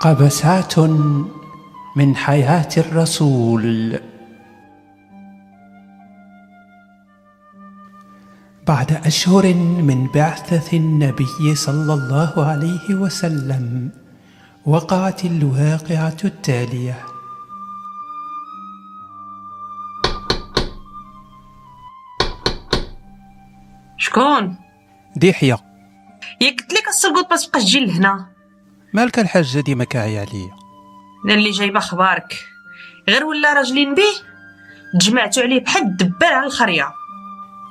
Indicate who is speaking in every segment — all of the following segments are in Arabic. Speaker 1: قبسات من حياه الرسول بعد اشهر من بعثه النبي صلى الله عليه وسلم وقعت الواقعه التاليه
Speaker 2: شكون
Speaker 1: دحية
Speaker 2: ياك قلت لك السرقوط ما تبقاش تجي لهنا
Speaker 1: مالك الحاجة ديما كاعية عليا
Speaker 2: انا اللي جايبه اخبارك غير ولا راجلين بيه تجمعتوا عليه بحال الدبال على الخريه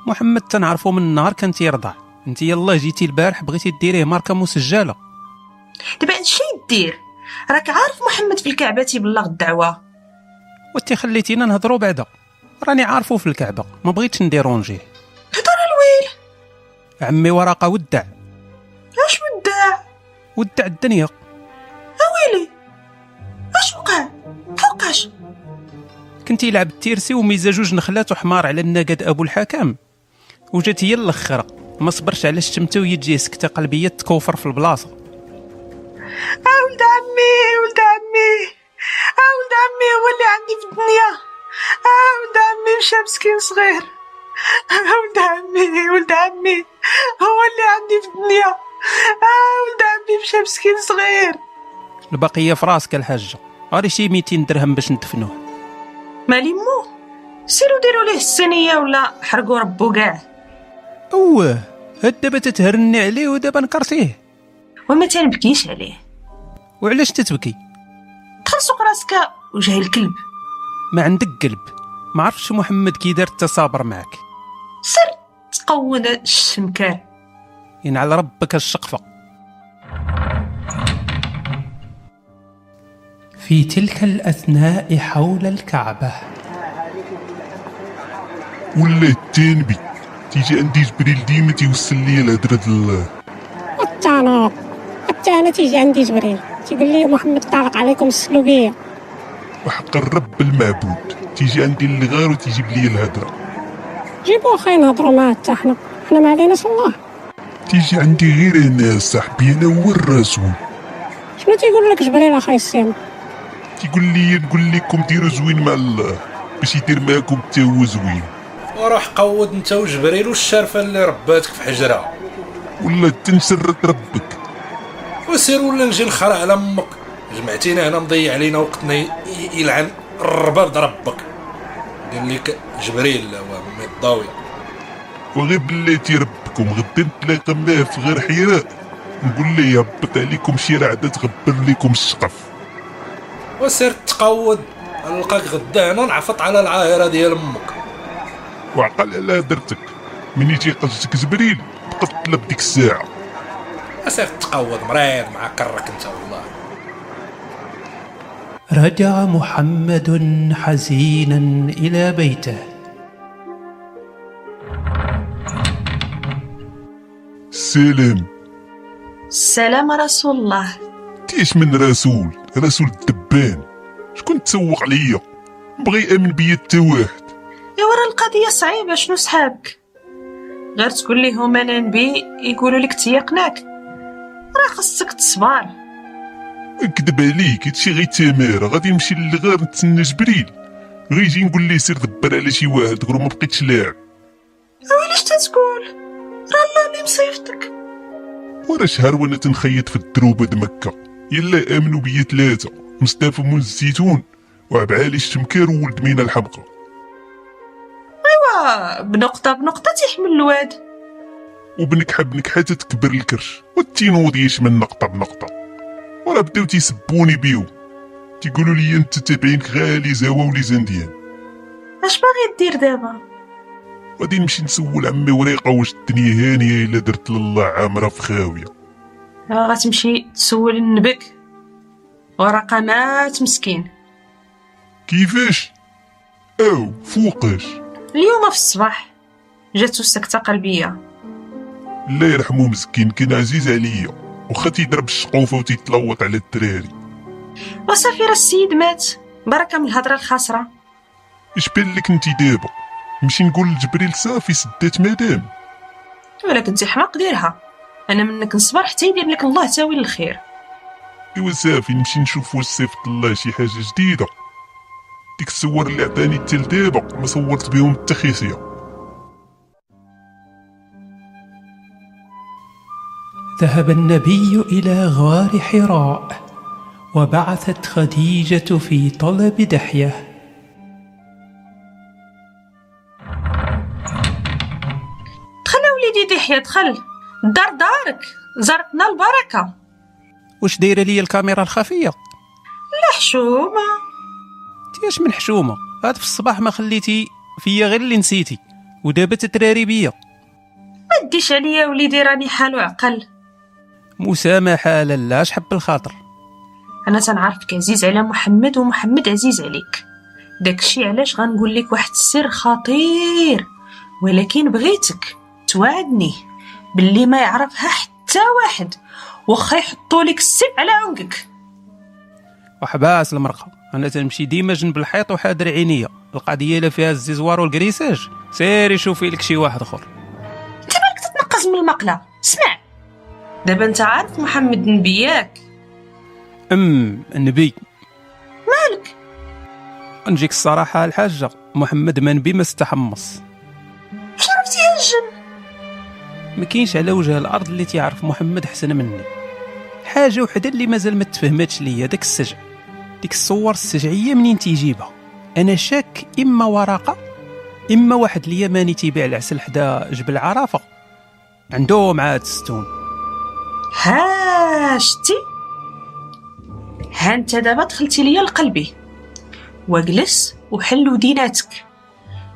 Speaker 1: محمد تنعرفو من النهار كان تيرضع انت يلا جيتي البارح بغيتي ديريه ماركة مسجلة
Speaker 2: دابا هادشي دير راك عارف محمد في الكعبه تيبلغ الدعوه
Speaker 1: وانتي خليتينا نهضرو بعدا راني عارفو في الكعبة ما بغيتش نديرونجيه
Speaker 2: هضر الويل
Speaker 1: عمي وراقة ودع
Speaker 2: اش وداع
Speaker 1: ودع الدنيا
Speaker 2: ويلي اش وقع فوقاش
Speaker 1: كنتي يلعب التيرسي وميزا جوج نخلات وحمار على النقد ابو الحكم وجات هي الاخرى ما صبرش على الشمتة وهي تجي سكتة قلبية تكوفر في البلاصة
Speaker 2: اه ولد عمي ولد عمي اه ولد عمي هو اللي عندي في الدنيا اه ولد عمي مشى مسكين صغير اه ولد عمي ولد عمي هو اللي عندي في الدنيا اه ولد عمي مشى مسكين صغير
Speaker 1: البقية في راسك الحاجة غاري شي 200 درهم باش ندفنوه
Speaker 2: مالي مو سيرو ديروا ليه السنية ولا حرقوا ربو كاع
Speaker 1: اوه هاد دابا تتهرني عليه ودابا نكرتيه
Speaker 2: وما تنبكيش عليه
Speaker 1: وعلاش تتبكي
Speaker 2: دخل سوق راسك وجهي الكلب
Speaker 1: ما عندك قلب ما عرفتش محمد كي دار التصابر معك
Speaker 2: سر تقود الشمكان
Speaker 1: ينعل يعني ربك الشقفة في تلك الأثناء حول الكعبة
Speaker 3: ولا التنبي تيجي عندي جبريل ديما تيوصل لي الهضره ديال
Speaker 4: حتى انا حتى انا تيجي عندي جبريل تيقول لي محمد طارق عليكم السلوبيه
Speaker 3: وحق الرب المعبود تيجي عندي الغار وتيجيب لي الهضره
Speaker 4: جيبوا خاين نهضروا معاه حتى حنا حنا ما عليناش الله
Speaker 3: تيجي عندي غير انا صاحبي انا هو الرسول
Speaker 4: شنو تيقول لك جبريل اخاي السيم
Speaker 3: تيقول لي نقول لكم ديروا زوين مع الله باش يدير معاكم حتى هو زوين
Speaker 5: وروح قود انت وجبريل والشرفه اللي رباتك في حجره
Speaker 3: ولا تنسرت ربك
Speaker 5: وسير ولا نجي نخرع على امك جمعتينا هنا مضيع علينا وقتنا ي- ي- يلعن الرباب ربك قال لك جبريل ومي الضاوي
Speaker 3: وغير بلاتي ربكم غدا نتلاقى معاه في غير حراء نقول ليه هبط عليكم شي رعده تغبر لكم الشقف
Speaker 5: وسير تقود نلقاك غدا هنا نعفط على العاهره ديال امك
Speaker 3: وعقل على هضرتك مني تيقصدك جبريل تقتل بديك الساعه
Speaker 5: وسير تقود مريض مع كرك انت والله
Speaker 1: رجع محمد حزينا إلى بيته
Speaker 3: سلام
Speaker 2: السلام رسول الله
Speaker 3: تيش من رسول رسول الدبان شكون تسوق ليا بغي يامن بيا حتى واحد
Speaker 2: يا ورا القضية صعيبة شنو سحابك غير تقول ليهم انا نبي يقولوا لك تيقناك راه خصك تصبر أه،
Speaker 3: نكذب عليك هادشي غير تمارة غادي نمشي للغار نتسنى جبريل غير يجي نقول ليه سير دبر على شي واحد غير ما بقيتش لاعب
Speaker 2: ويلاش تتقول راه الله اللي مصيفطك
Speaker 3: ورا شهر وانا تنخيط في الدروبة د مكة يلا امنوا بيا ثلاثة مصطفى من الزيتون وعبعالي الشمكار وولد مينا الحمقى
Speaker 2: آه، بنقطة بنقطة تيحمل الواد
Speaker 3: وبنكحة بنكحة تتكبر الكرش والتينوض يشمل نقطة بنقطة وراه بداو تيسبوني بيو تيقولوا لي انت تابعينك غالي زاوا ولي زنديان
Speaker 2: اش باغي دير دابا
Speaker 3: غادي نمشي نسول عمي وريقة واش الدنيا هانية الا درت لله عامرة في خاوية
Speaker 2: آه، غتمشي تسول النبك ورقة مات مسكين
Speaker 3: كيفاش او فوقاش
Speaker 2: اليوم في الصباح جاتو سكتة قلبية
Speaker 3: الله يرحمه مسكين كان عزيز عليا وخا تيضرب الشقوفة وتيتلوط على الدراري
Speaker 2: وصافي راه السيد مات بركة من الهضرة الخاسرة
Speaker 3: اش بان لك انت دابا نمشي نقول لجبريل صافي سدات مدام
Speaker 2: ولا كنتي حماق ديرها انا منك نصبر حتى يدير لك الله تاويل الخير
Speaker 3: ايوا صافي نمشي نشوف واش صيفط الله شي حاجه جديده ديك الصور اللي عطاني حتى لدابا ما صورت بهم التخيسيه
Speaker 1: ذهب النبي إلى غار حراء وبعثت خديجة في طلب دحية
Speaker 2: دخل وليدي دحية دخل الدار دارك زرتنا البركة
Speaker 1: واش دايره ليا الكاميرا الخفيه
Speaker 2: لا حشومة
Speaker 1: تياش من حشومه هاد في الصباح ما خليتي فيا غير اللي نسيتي ودابا تتراري بيا
Speaker 2: ما ديش عليا وليدي راني حال وعقل
Speaker 1: مسامحه لالا شحب الخاطر
Speaker 2: انا تنعرفك عزيز على محمد ومحمد عزيز عليك داكشي علاش غنقول لك واحد السر خطير ولكن بغيتك توعدني باللي ما يعرفها حتى واحد واخا يحطوا لك السم على عنقك
Speaker 1: وحباس المرقه انا تنمشي ديما جنب الحيط وحاضر عينيا القضيه لا فيها الزيزوار والكريساج سيري شوفي لك شي واحد اخر
Speaker 2: انت مالك تتنقص من المقله اسمع دابا انت عارف محمد نبياك
Speaker 1: ام النبي
Speaker 2: مالك
Speaker 1: نجيك الصراحه الحاجه محمد منبي ما استحمص
Speaker 2: واش عرفتي هالجن
Speaker 1: ما كاينش على وجه الارض اللي تيعرف محمد حسن مني حاجه وحده اللي مازال ما تفهمتش ليا داك السجع ديك الصور السجعيه منين تيجيبها انا شاك اما ورقه اما واحد اليماني تيبيع العسل حدا جبل عرفه عنده معاد ستون
Speaker 2: ها شتي ها انت دابا دخلتي ليا لقلبي واجلس وحل وديناتك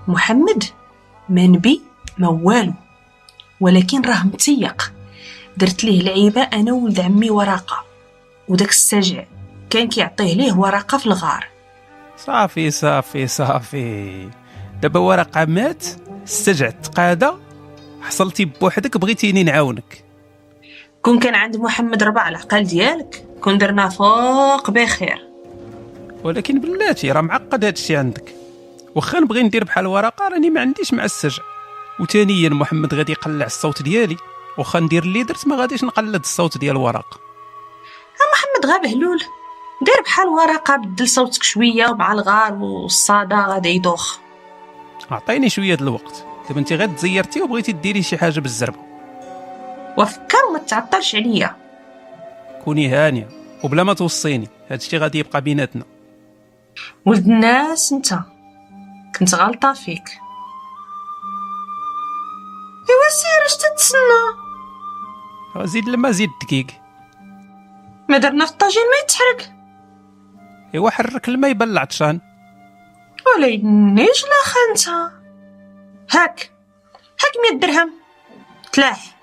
Speaker 2: محمد ما نبي ما والو ولكن راه متيق درت ليه العيبه انا ولد عمي وراقه وداك السجع كان كيعطيه ليه وراقه في الغار
Speaker 1: صافي صافي صافي دابا ورقه مات السجع تقادى حصلتي بوحدك بغيتيني نعاونك
Speaker 2: كون كان عند محمد ربع العقل ديالك كون درنا فوق بخير
Speaker 1: ولكن بلاتي راه معقد هادشي عندك واخا نبغي ندير بحال ورقه راني ما عنديش مع السجع وثانيا محمد غادي يقلع الصوت ديالي واخا ندير اللي درت ما غاديش نقلد الصوت ديال ورقه
Speaker 2: محمد غا بهلول دير بحال ورقه بدل صوتك شويه ومع الغار والصدى غادي يدوخ
Speaker 1: اعطيني شويه د الوقت دابا انت غير تزيرتي وبغيتي ديري شي حاجه بالزربه
Speaker 2: وفكر ما تعطلش عليا
Speaker 1: كوني هانيه وبلا ما توصيني هادشي غادي يبقى بيناتنا
Speaker 2: ولد الناس انت كنت غلطه فيك ايوا سير اش تتسنى
Speaker 1: راه زيد لما زيد دقيق
Speaker 2: ما درنا في الطاجين ما يتحرك
Speaker 1: ايوا حرك الما يبان العطشان
Speaker 2: ولا يدنيش لا خانتا هاك هاك 100 درهم تلاح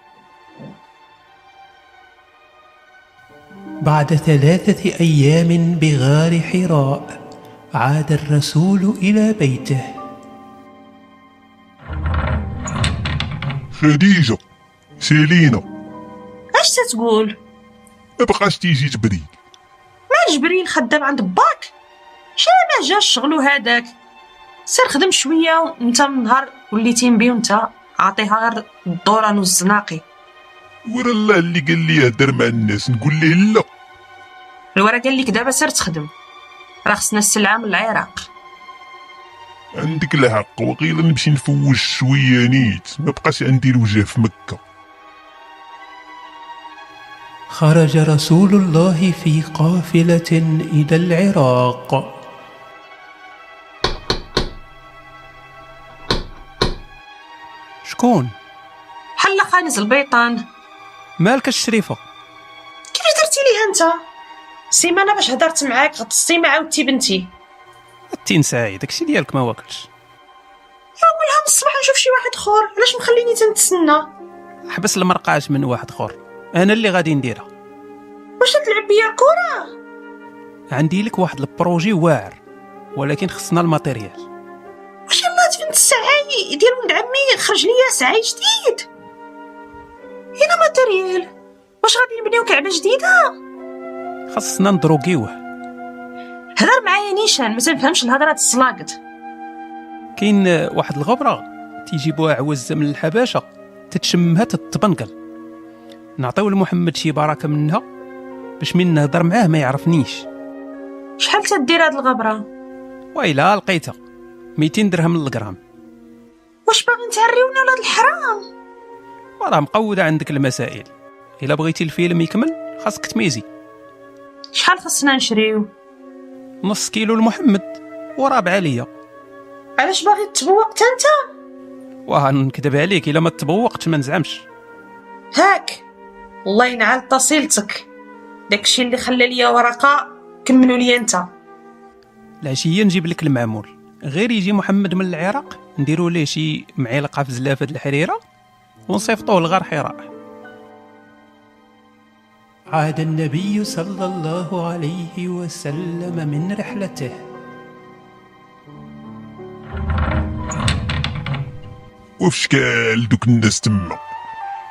Speaker 1: بعد ثلاثة أيام بغار حراء عاد الرسول إلى بيته
Speaker 3: خديجه سيلينا
Speaker 2: اش تتقول
Speaker 3: ما بقاش تيجي جبريل
Speaker 2: مال جبريل خدام عند باك شا ما جا الشغل هذاك سير خدم شويه وانت من نهار وليتي نبي وانت عاطيها غير الدوران والزناقي
Speaker 3: ورا الله اللي قال لي هدر مع الناس نقول ليه لا
Speaker 2: الورا قال لك دابا سير تخدم راه خصنا السلعه من العراق
Speaker 3: عندك الحق وقيلا نمشي نفوج شويه نيت ما بقاش عندي الوجه في مكه
Speaker 1: خرج رسول الله في قافلة إلى العراق شكون؟
Speaker 2: حلا خانز البيطان
Speaker 1: مالك الشريفة؟
Speaker 2: كيفاش درتي ليها انت سيمانه باش هضرت معاك غتصي مع عاودتي بنتي
Speaker 1: التين سعيد داكشي ديالك ما واكلش
Speaker 2: اولها من الصباح نشوف شي واحد اخر علاش مخليني تنتسنى
Speaker 1: حبس المرقاش من واحد خور أنا اللي غادي نديرها
Speaker 2: واش تلعب بيا كره
Speaker 1: عندي لك واحد البروجي واعر ولكن خصنا الماتيريال
Speaker 2: واش الله تبنت السعاي ديال ولد عمي خرج ليا سعاي جديد هنا ماتيريال واش غادي نبنيو كعبه جديده
Speaker 1: خصنا ندروكيوه
Speaker 2: هضر معايا نيشان ما تنفهمش الهضره الصلاقط
Speaker 1: كاين آه، واحد الغبرة تيجيبوها عوزة من الحباشة تتشمها تتبنقل نعطيو لمحمد شي بركة منها باش من نهضر معاه ما يعرفنيش
Speaker 6: شحال تدير هاد الغبره
Speaker 1: ويلا لقيتها 200 درهم للغرام
Speaker 6: واش باغي تهريونا لهاد الحرام
Speaker 1: وراه مقودة عندك المسائل إلا بغيتي الفيلم يكمل خاصك تميزي
Speaker 6: شحال خصنا نشريو
Speaker 1: نص كيلو لمحمد ورابعة ليا
Speaker 6: علاش باغي تبوق تا انت
Speaker 1: واه نكذب عليك إلا ما تبوقت ما نزعمش
Speaker 6: هاك الله ينعل تصيلتك داكشي اللي خلى ليا ورقه كملوا لي انت
Speaker 1: العشية نجيب لك المعمول غير يجي محمد من العراق نديرو ليه شي معلقة في زلافة الحريرة ونصيفطوه لغار حراء عاد النبي صلى الله عليه وسلم من رحلته
Speaker 3: وفي شكال دوك الناس تما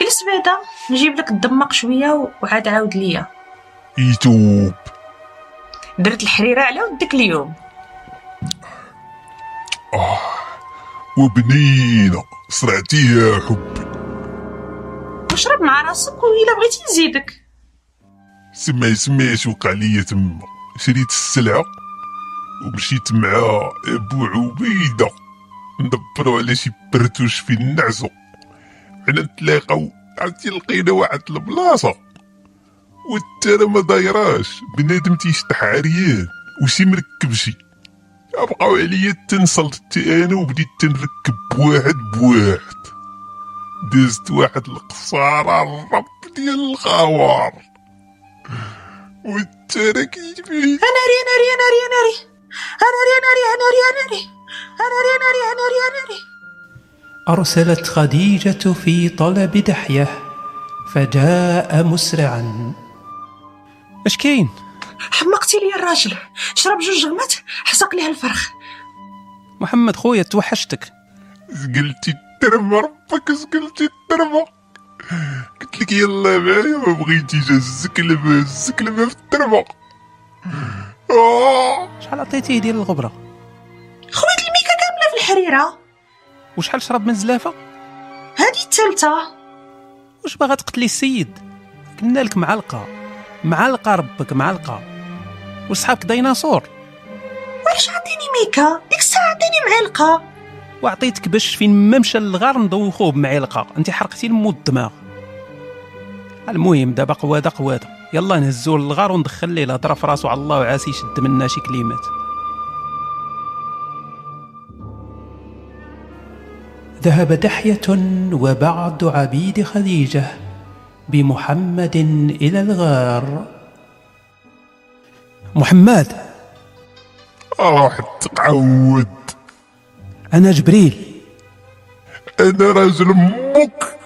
Speaker 6: جلس بعدا نجيب لك الدماق شويه و- وعاد عاود ليا
Speaker 3: يتوب
Speaker 6: درت الحريره على ودك اليوم
Speaker 3: وبنينة صرعتيها يا حبي
Speaker 6: وشرب مع راسك وإلا بغيتي نزيدك
Speaker 3: سمع سمع اش وقع ليا تما شريت السلعة ومشيت مع أبو عبيدة ندبرو على شي برتوش في النعسة حنا نتلاقاو عرفتي لقينا واحد البلاصة والترى ما دايراش بنادم تيشطح عريان وشي مركبشي بقاو عليا تنصلت انا وبديت تنركب بواحد بواحد دزت واحد القصارى الرب ديال الخوار والترك يجبني
Speaker 6: أنا ري أنا ري أنا ري أنا ري أنا ري أنا ري أنا ري أنا ري أنا ري أنا ري أنا ري أنا ري
Speaker 1: أرسلت خديجة في طلب دحية فجاء مسرعا اش كاين
Speaker 6: حمقتي لي الراجل شرب جوج غمات حسق ليه الفرخ
Speaker 1: محمد خويا توحشتك
Speaker 3: زقلتي الترمى ربك زقلتي الترمى قلت لك يلا معايا ما بغيتيش الزكلمة الزكلمة في الترمى آه
Speaker 1: شحال عطيتيه ديال الغبرة
Speaker 6: خويت الميكا كاملة في الحريرة
Speaker 1: وشحال شرب من زلافة
Speaker 6: هادي التالتة
Speaker 1: واش باغا تقتلي السيد قلنا لك معلقة معلقة ربك معلقة وصحابك ديناصور
Speaker 6: علاش عطيني ميكا ديك الساعة عطيني معلقة
Speaker 1: وعطيتك باش فين ما مشى للغار ندوخوه بمعلقه انت حرقتي لمو الدماغ المهم دابا قواده قواده يلا نهزوه للغار وندخل ليه الهضره في راسو على الله وعاسي يشد منا شي كلمات ذهب دحية وبعض عبيد خديجة بمحمد إلى الغار محمد
Speaker 3: راح تقعود
Speaker 1: أنا جبريل
Speaker 3: أنا راجل أمك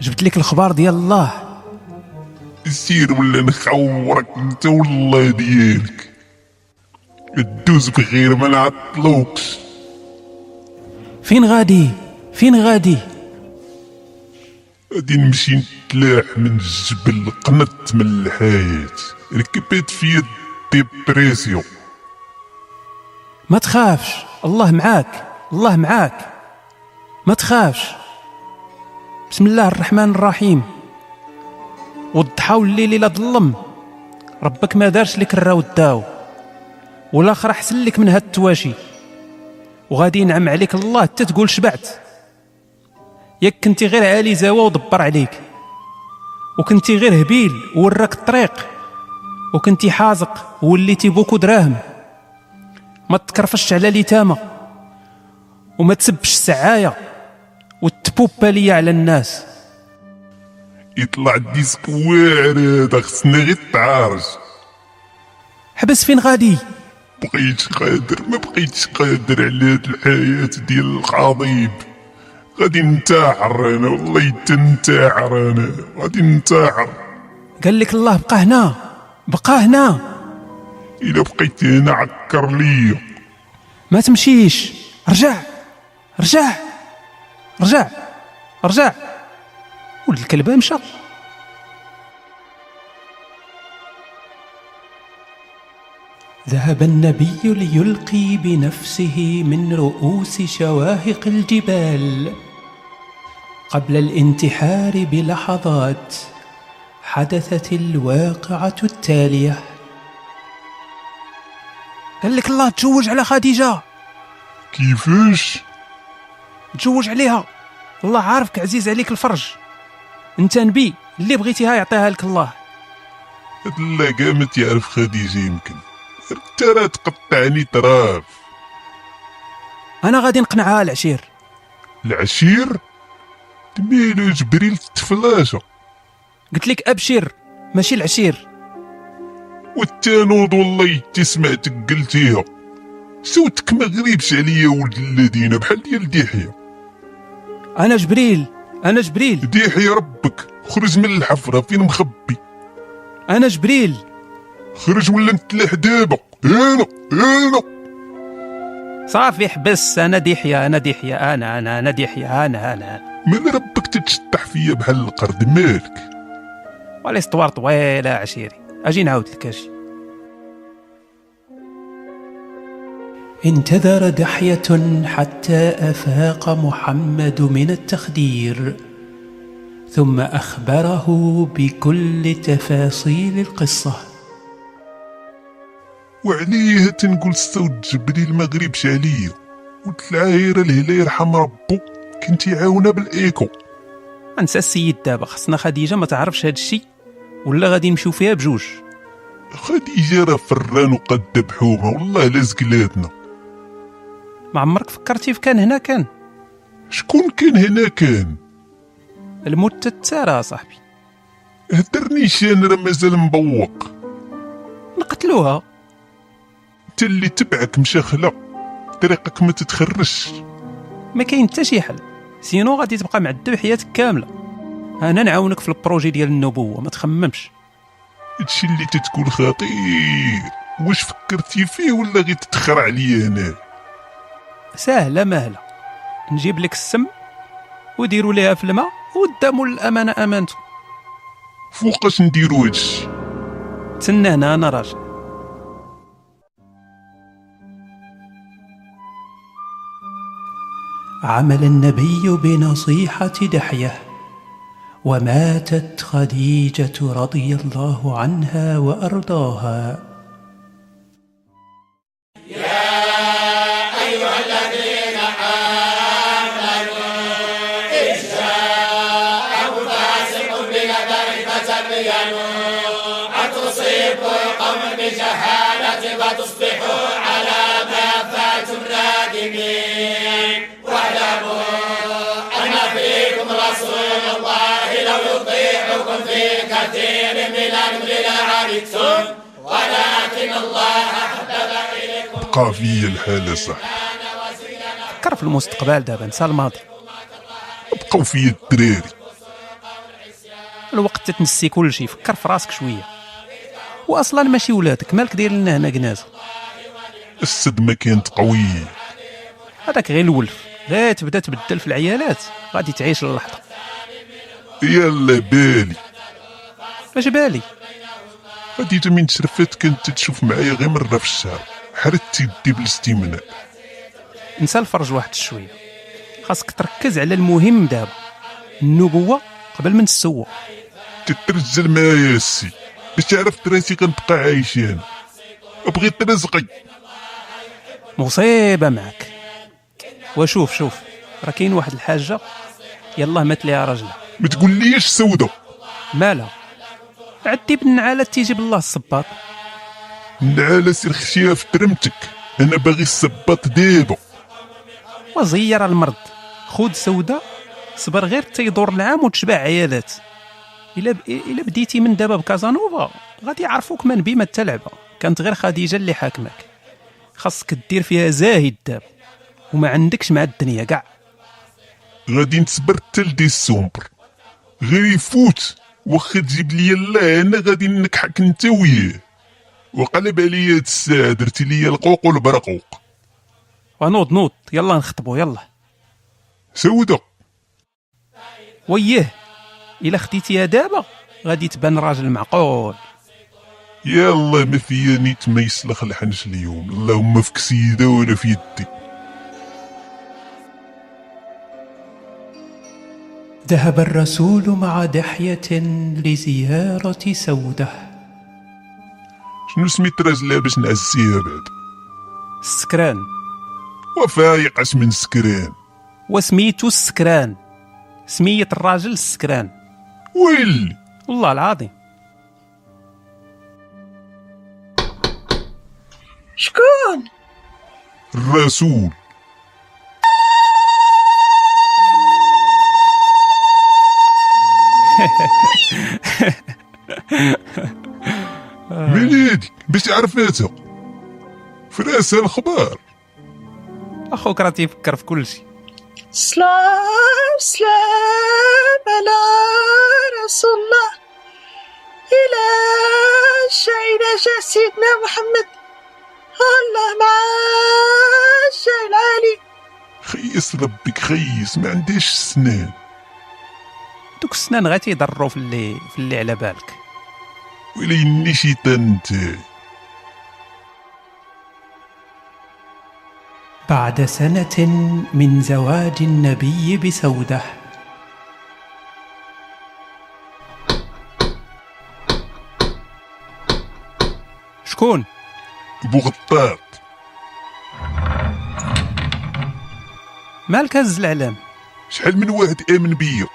Speaker 1: جبت لك الخبار ديال الله
Speaker 3: سير ولا نخورك انت والله ديالك دوز بغير ما نعطلوكش
Speaker 1: فين غادي فين غادي
Speaker 3: غادي نمشي نتلاح من الجبل قنت من الحياة ركبت فيا الديبريسيون
Speaker 1: ما تخافش الله معاك الله معاك ما تخافش بسم الله الرحمن الرحيم والضحى والليل الا ظلم ربك ما دارش لك الرا والداو والاخر احسن لك من هاد التواشي وغادي ينعم عليك الله حتى تقول شبعت ياك كنتي غير عالي زاوى ودبر عليك وكنتي غير هبيل وراك الطريق وكنتي حازق ووليتي بوكو دراهم ما تكرفش على اليتامى وما تسبش السعايه وتبوبا ليا على الناس
Speaker 3: يطلع الديسك واعر هذا خصنا غير تعارج
Speaker 1: حبس فين غادي
Speaker 3: بقيتش قادر ما بقيتش قادر على هاد الحياة ديال الخضيب غادي ننتحر انا والله تنتحر انا غادي ننتحر
Speaker 1: قال لك الله بقى هنا بقى هنا
Speaker 3: الا بقيت هنا عكر ليا
Speaker 1: ما تمشيش رجع رجع رجع رجع ولد الكلبه مشى ذهب النبي ليلقي بنفسه من رؤوس شواهق الجبال قبل الانتحار بلحظات حدثت الواقعة التالية قال لك الله تزوج على خديجة
Speaker 3: كيفاش
Speaker 1: تزوج عليها الله عارفك عزيز عليك الفرج انت نبي اللي بغيتيها يعطيها لك الله
Speaker 3: هاد اللاقة ما تعرف خديجة يمكن ترى تقطعني طراف
Speaker 1: انا غادي نقنعها العشير
Speaker 3: العشير دميلو جبريل التفلاشة
Speaker 1: قلت لك ابشر ماشي العشير
Speaker 3: والتانود والله تي سمعتك قلتيها صوتك ما غريبش عليا ولد الذين بحال ديال ديحية
Speaker 1: انا جبريل انا جبريل
Speaker 3: ديحية ربك خرج من الحفرة فين مخبي
Speaker 1: انا جبريل
Speaker 3: خرج ولا نتلاح دابا انا انا
Speaker 1: صافي حبس انا دحية انا دحية انا انا انا دحية انا انا
Speaker 3: من ربك تتشطح فيا بحال القرد مالك
Speaker 1: والاستوار طويلة عشيري اجي نعاود لك اجي انتظر دحية حتى أفاق محمد من التخدير ثم أخبره بكل تفاصيل القصة
Speaker 3: وعليه تنقول صوت جبريل ما غريبش عليا وتلعايرة الهلا يرحم ربو كنتي عاونة بالايكو
Speaker 1: انسى السيد دابا خصنا خديجة ما تعرفش هاد الشي ولا غادي نمشيو فيها بجوج
Speaker 3: خديجة راه فران وقد بحومة والله لا زقلاتنا
Speaker 1: ما عمرك فكرتي في كان هنا كان
Speaker 3: شكون كان هنا كان
Speaker 1: الموت تتسارى صاحبي
Speaker 3: هدرني شان راه مازال مبوق
Speaker 1: نقتلوها
Speaker 3: انت اللي تبعك مشاخلة طريقك ما تتخرجش
Speaker 1: ما كاين حتى شي حل سينو غادي تبقى معذب حياتك كامله انا نعاونك في البروجي ديال النبوه ما تخممش
Speaker 3: هادشي اللي تتكون خطير واش فكرتي فيه ولا غير تتخرع عليا هنا
Speaker 1: سهله مهله نجيب لك السم وديروا ليها في الماء والدم الامانه امانته
Speaker 3: فوقاش نديرو هادشي
Speaker 1: تسنى هنا انا راجل عمل النبي بنصيحة دحية وماتت خديجة رضي الله عنها وأرضاها
Speaker 3: بقى فيا الحالة صح
Speaker 1: فكر في المستقبل دابا نسى الماضي
Speaker 3: بقاو فيا الدراري
Speaker 1: الوقت تتنسي كل شيء فكر في راسك شوية وأصلا ماشي ولادك مالك داير لنا هنا جنازة
Speaker 3: الصدمة كانت قوية
Speaker 1: هذاك غير الولف غير تبدا تبدل في العيالات غادي تعيش اللحظة
Speaker 3: يلا بالي
Speaker 1: اش بالي
Speaker 3: خديجة من تشرفات كانت تتشوف معايا غير مرة في الشهر حردت يدي بالاستمناء
Speaker 1: نسى الفرج واحد شوية خاصك تركز على المهم دابا النبوة قبل من السوة
Speaker 3: تترجل معايا السي باش تعرف راسي غنبقى عايش انا بغيت رزقي
Speaker 1: مصيبة معك وشوف شوف راه كاين واحد الحاجة يلاه مات ليها راجلها
Speaker 3: ما تقوليش سودة
Speaker 1: مالها عدي بالنعالة تيجي بالله الصباط
Speaker 3: النعالة سير خشيها في ترمتك انا باغي الصباط دابا
Speaker 1: وزير المرض خود سودة صبر غير تيدور العام وتشبع عيالات الا ب... الا بديتي من دابا بكازانوفا غادي يعرفوك من بما تلعبه كانت غير خديجه اللي حاكمك خاصك دير فيها زاهد دابا وما عندكش مع الدنيا كاع
Speaker 3: غادي نصبر حتى لديسمبر غير يفوت واخا تجيب ليا لا انا غادي نكحك انت وياه وقلب عليا هاد الساعة درتي ليا القوق والبرقوق
Speaker 1: ونوض نوض يلا نخطبو يلا
Speaker 3: سودة
Speaker 1: ويه الا خديتيها دابا غادي تبان راجل معقول
Speaker 3: يلا ما فيا نيت ما يسلخ الحنش اليوم اللهم في كسيدة وانا في يدي
Speaker 1: ذهب الرسول مع دحية لزيارة سودة
Speaker 3: شنو سميت راجلها باش نعزيها بعد
Speaker 1: السكران
Speaker 3: وفايق اش من سكران
Speaker 1: وسميتو السكران سمية الراجل السكران
Speaker 3: ويلي
Speaker 1: والله العظيم
Speaker 2: شكون
Speaker 3: الرسول من هادي باش عرفاتها فراسها الخبار
Speaker 1: اخوك راه تيفكر في كل شيء
Speaker 2: سلام سلام على رسول الله إلى شينا جاء سيدنا محمد الله مع الشيء العالي
Speaker 3: خيس ربك خيس ما عندهاش سنان
Speaker 1: دوك السنان غا تيضروا في اللي في اللي على بالك
Speaker 3: وليني شي تنتي
Speaker 1: بعد سنة من زواج النبي بسودة شكون
Speaker 3: بو غطاط
Speaker 1: مالك هز العلام
Speaker 3: شحال من واحد امن بيا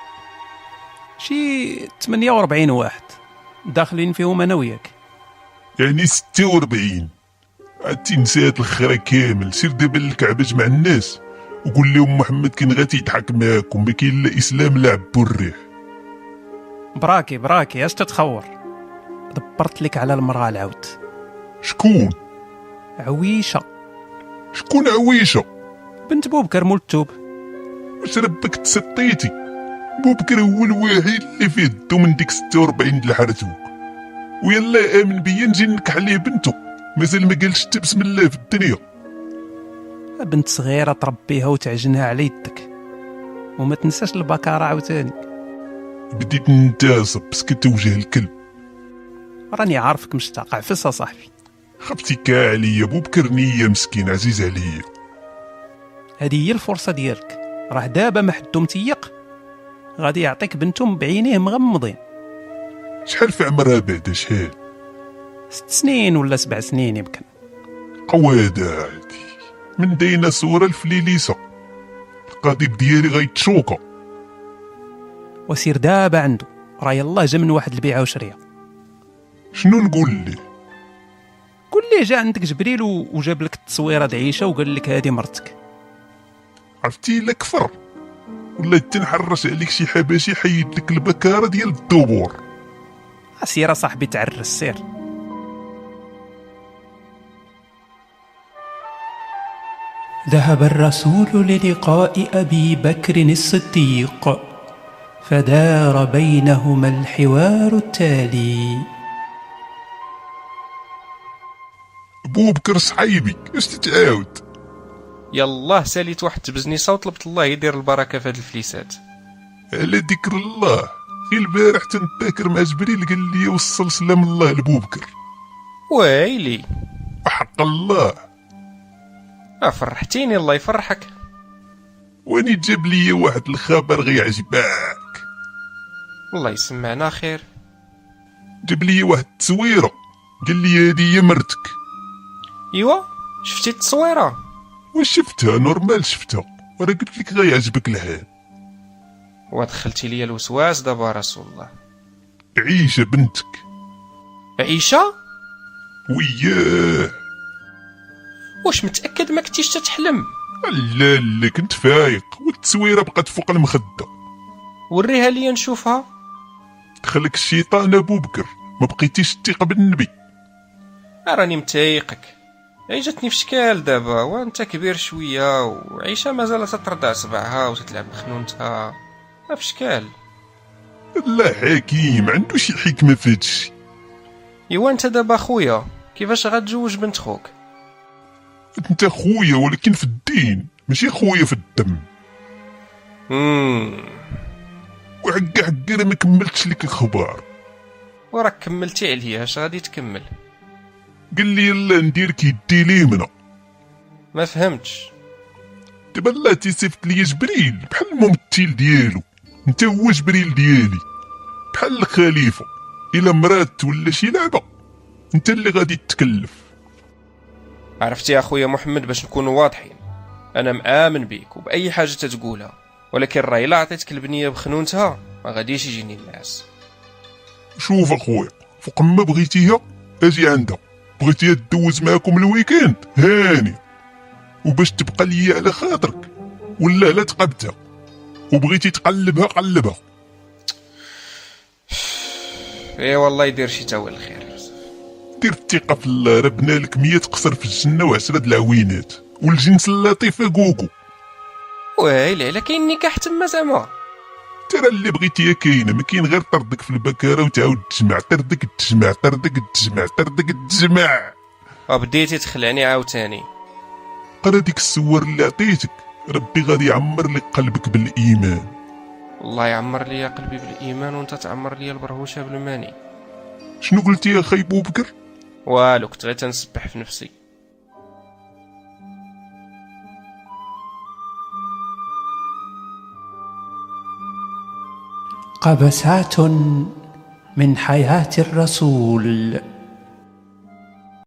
Speaker 1: شي 48 واحد داخلين فيهم انا وياك
Speaker 3: يعني 46 عاد نسات الخرا كامل سير دابا للكعبه مع الناس وقول لهم محمد كان غادي يضحك معاك وما كاين لا اسلام لا عبو الريح
Speaker 1: براكي براكي اش تتخور دبرت لك على المراه العود
Speaker 3: شكون
Speaker 1: عويشه
Speaker 3: شكون عويشه
Speaker 1: بنت بوبكر مول التوب
Speaker 3: واش ربك تسطيتي بوبكر هو الوحيد اللي فيه الدو من ديك 46 د الحرتوك ويلا امن بيا نجي نكح عليه بنته مازال ما قالش حتى بسم الله في الدنيا
Speaker 1: بنت صغيره تربيها وتعجنها على يدك وما تنساش البكاره عاوتاني
Speaker 3: بديت ننتاسب سكت وجه الكلب
Speaker 1: راني عارفك مشتاق عفس صاحبي
Speaker 3: خبتي كاع عليا بوبكر نية مسكين عزيز عليا
Speaker 1: هذه هي الفرصه ديالك راه دابا ما حدو متيق غادي يعطيك بنتهم بعينيه مغمضين
Speaker 3: شحال في عمرها بعدا شحال
Speaker 1: ست سنين ولا سبع سنين يمكن
Speaker 3: قوادة عادي من دينا صورة الفليليسة القضيب ديالي غيتشوكا
Speaker 1: وسير دابا عنده راه يلاه جا من واحد البيعه وشريه
Speaker 3: شنو نقول ليه
Speaker 1: قول ليه جا عندك جبريل و- وجاب لك التصويره دعيشه وقال لك هذه مرتك
Speaker 3: عرفتي لا كفر ولا تنحرش عليك شي حبشي حيد لك البكارة ديال الدبور
Speaker 1: سير صاحبي تعرس سير ذهب الرسول للقاء ابي بكر الصديق فدار بينهما الحوار التالي
Speaker 3: بوبكر صحيبي اش تتعاود
Speaker 7: يالله ساليت واحد التبزنيسه وطلبت الله يدير البركه في هاد الفليسات
Speaker 3: على ذكر الله غير البارح تنتاكر مع جبريل قال لي وصل سلام الله لبوبكر
Speaker 7: ويلي
Speaker 3: وحق الله
Speaker 7: آه فرحتيني الله يفرحك
Speaker 3: واني جاب لي واحد الخبر غيعجبك
Speaker 7: الله يسمعنا خير
Speaker 3: جاب لي واحد التصويره قال لي هادي هي مرتك
Speaker 7: ايوا شفتي التصويره
Speaker 3: واش شفتها نورمال شفتها وانا قلت لك غيعجبك الحال
Speaker 7: ودخلتي ليا الوسواس دابا رسول الله
Speaker 3: عيشه بنتك
Speaker 7: عيشه
Speaker 3: وياه
Speaker 7: واش متاكد ما كنتيش تتحلم
Speaker 3: لا لا كنت فايق والتصويره بقات فوق المخده
Speaker 7: وريها ليا نشوفها
Speaker 3: دخلك الشيطان ابو بكر ما بقيتيش تثق بالنبي
Speaker 7: آه راني متايقك هي جاتني في شكال دابا وانت كبير شويه وعيشه مازال تترضع صبعها وتتلعب بخنونتها آه في شكال
Speaker 3: الله حكيم عنده شي حكمه في هادشي
Speaker 7: ايوا انت دابا خويا كيفاش غتزوج بنت خوك
Speaker 3: انت خويا ولكن في الدين ماشي خويا في الدم
Speaker 7: امم
Speaker 3: وحق حق انا ما كملتش لك الخبار
Speaker 7: وراك كملتي عليا اش غادي تكمل
Speaker 3: قال لي يلا ندير كيدي اليمنى
Speaker 7: ما فهمتش
Speaker 3: دابا الله تيصيفط ليا جبريل بحال الممثل ديالو انت هو جبريل ديالي بحال الخليفه الا مرات ولا شي لعبه انت اللي غادي تتكلف
Speaker 7: عرفتي يا اخويا محمد باش نكونوا واضحين انا مآمن بيك وبأي حاجة تتقولها ولكن راهي الا عطيتك البنية بخنونتها ما غاديش يجيني الناس
Speaker 3: شوف اخويا فوق ما بغيتيها اجي عندها بغيتيها تدوز معاكم الويكند هاني وباش تبقى ليا على خاطرك ولا لا تقبتها وبغيتي تقلبها قلبها
Speaker 7: اي والله يدير شي تاول الخير
Speaker 3: دير الثقه في الله ربنا لك 100 قصر في الجنه وعشره د العوينات والجنس اللطيفه غوغو
Speaker 7: ويلي على كاين نكاح تما زعما
Speaker 3: ترى اللي بغيتي كاينه ما كاين غير طردك في البكاره وتعاود تجمع طردك تجمع طردك تجمع طردك تجمع
Speaker 7: وبديتي تخلعني عاوتاني
Speaker 3: قرا ديك السور اللي عطيتك ربي غادي يعمر لك قلبك بالايمان
Speaker 7: الله يعمر لي قلبي بالايمان وانت تعمر لي البرهوشه بالماني
Speaker 3: شنو قلتي يا خي بوبكر
Speaker 7: والو كنت غير تنسبح في نفسي
Speaker 1: قبسات من حياة الرسول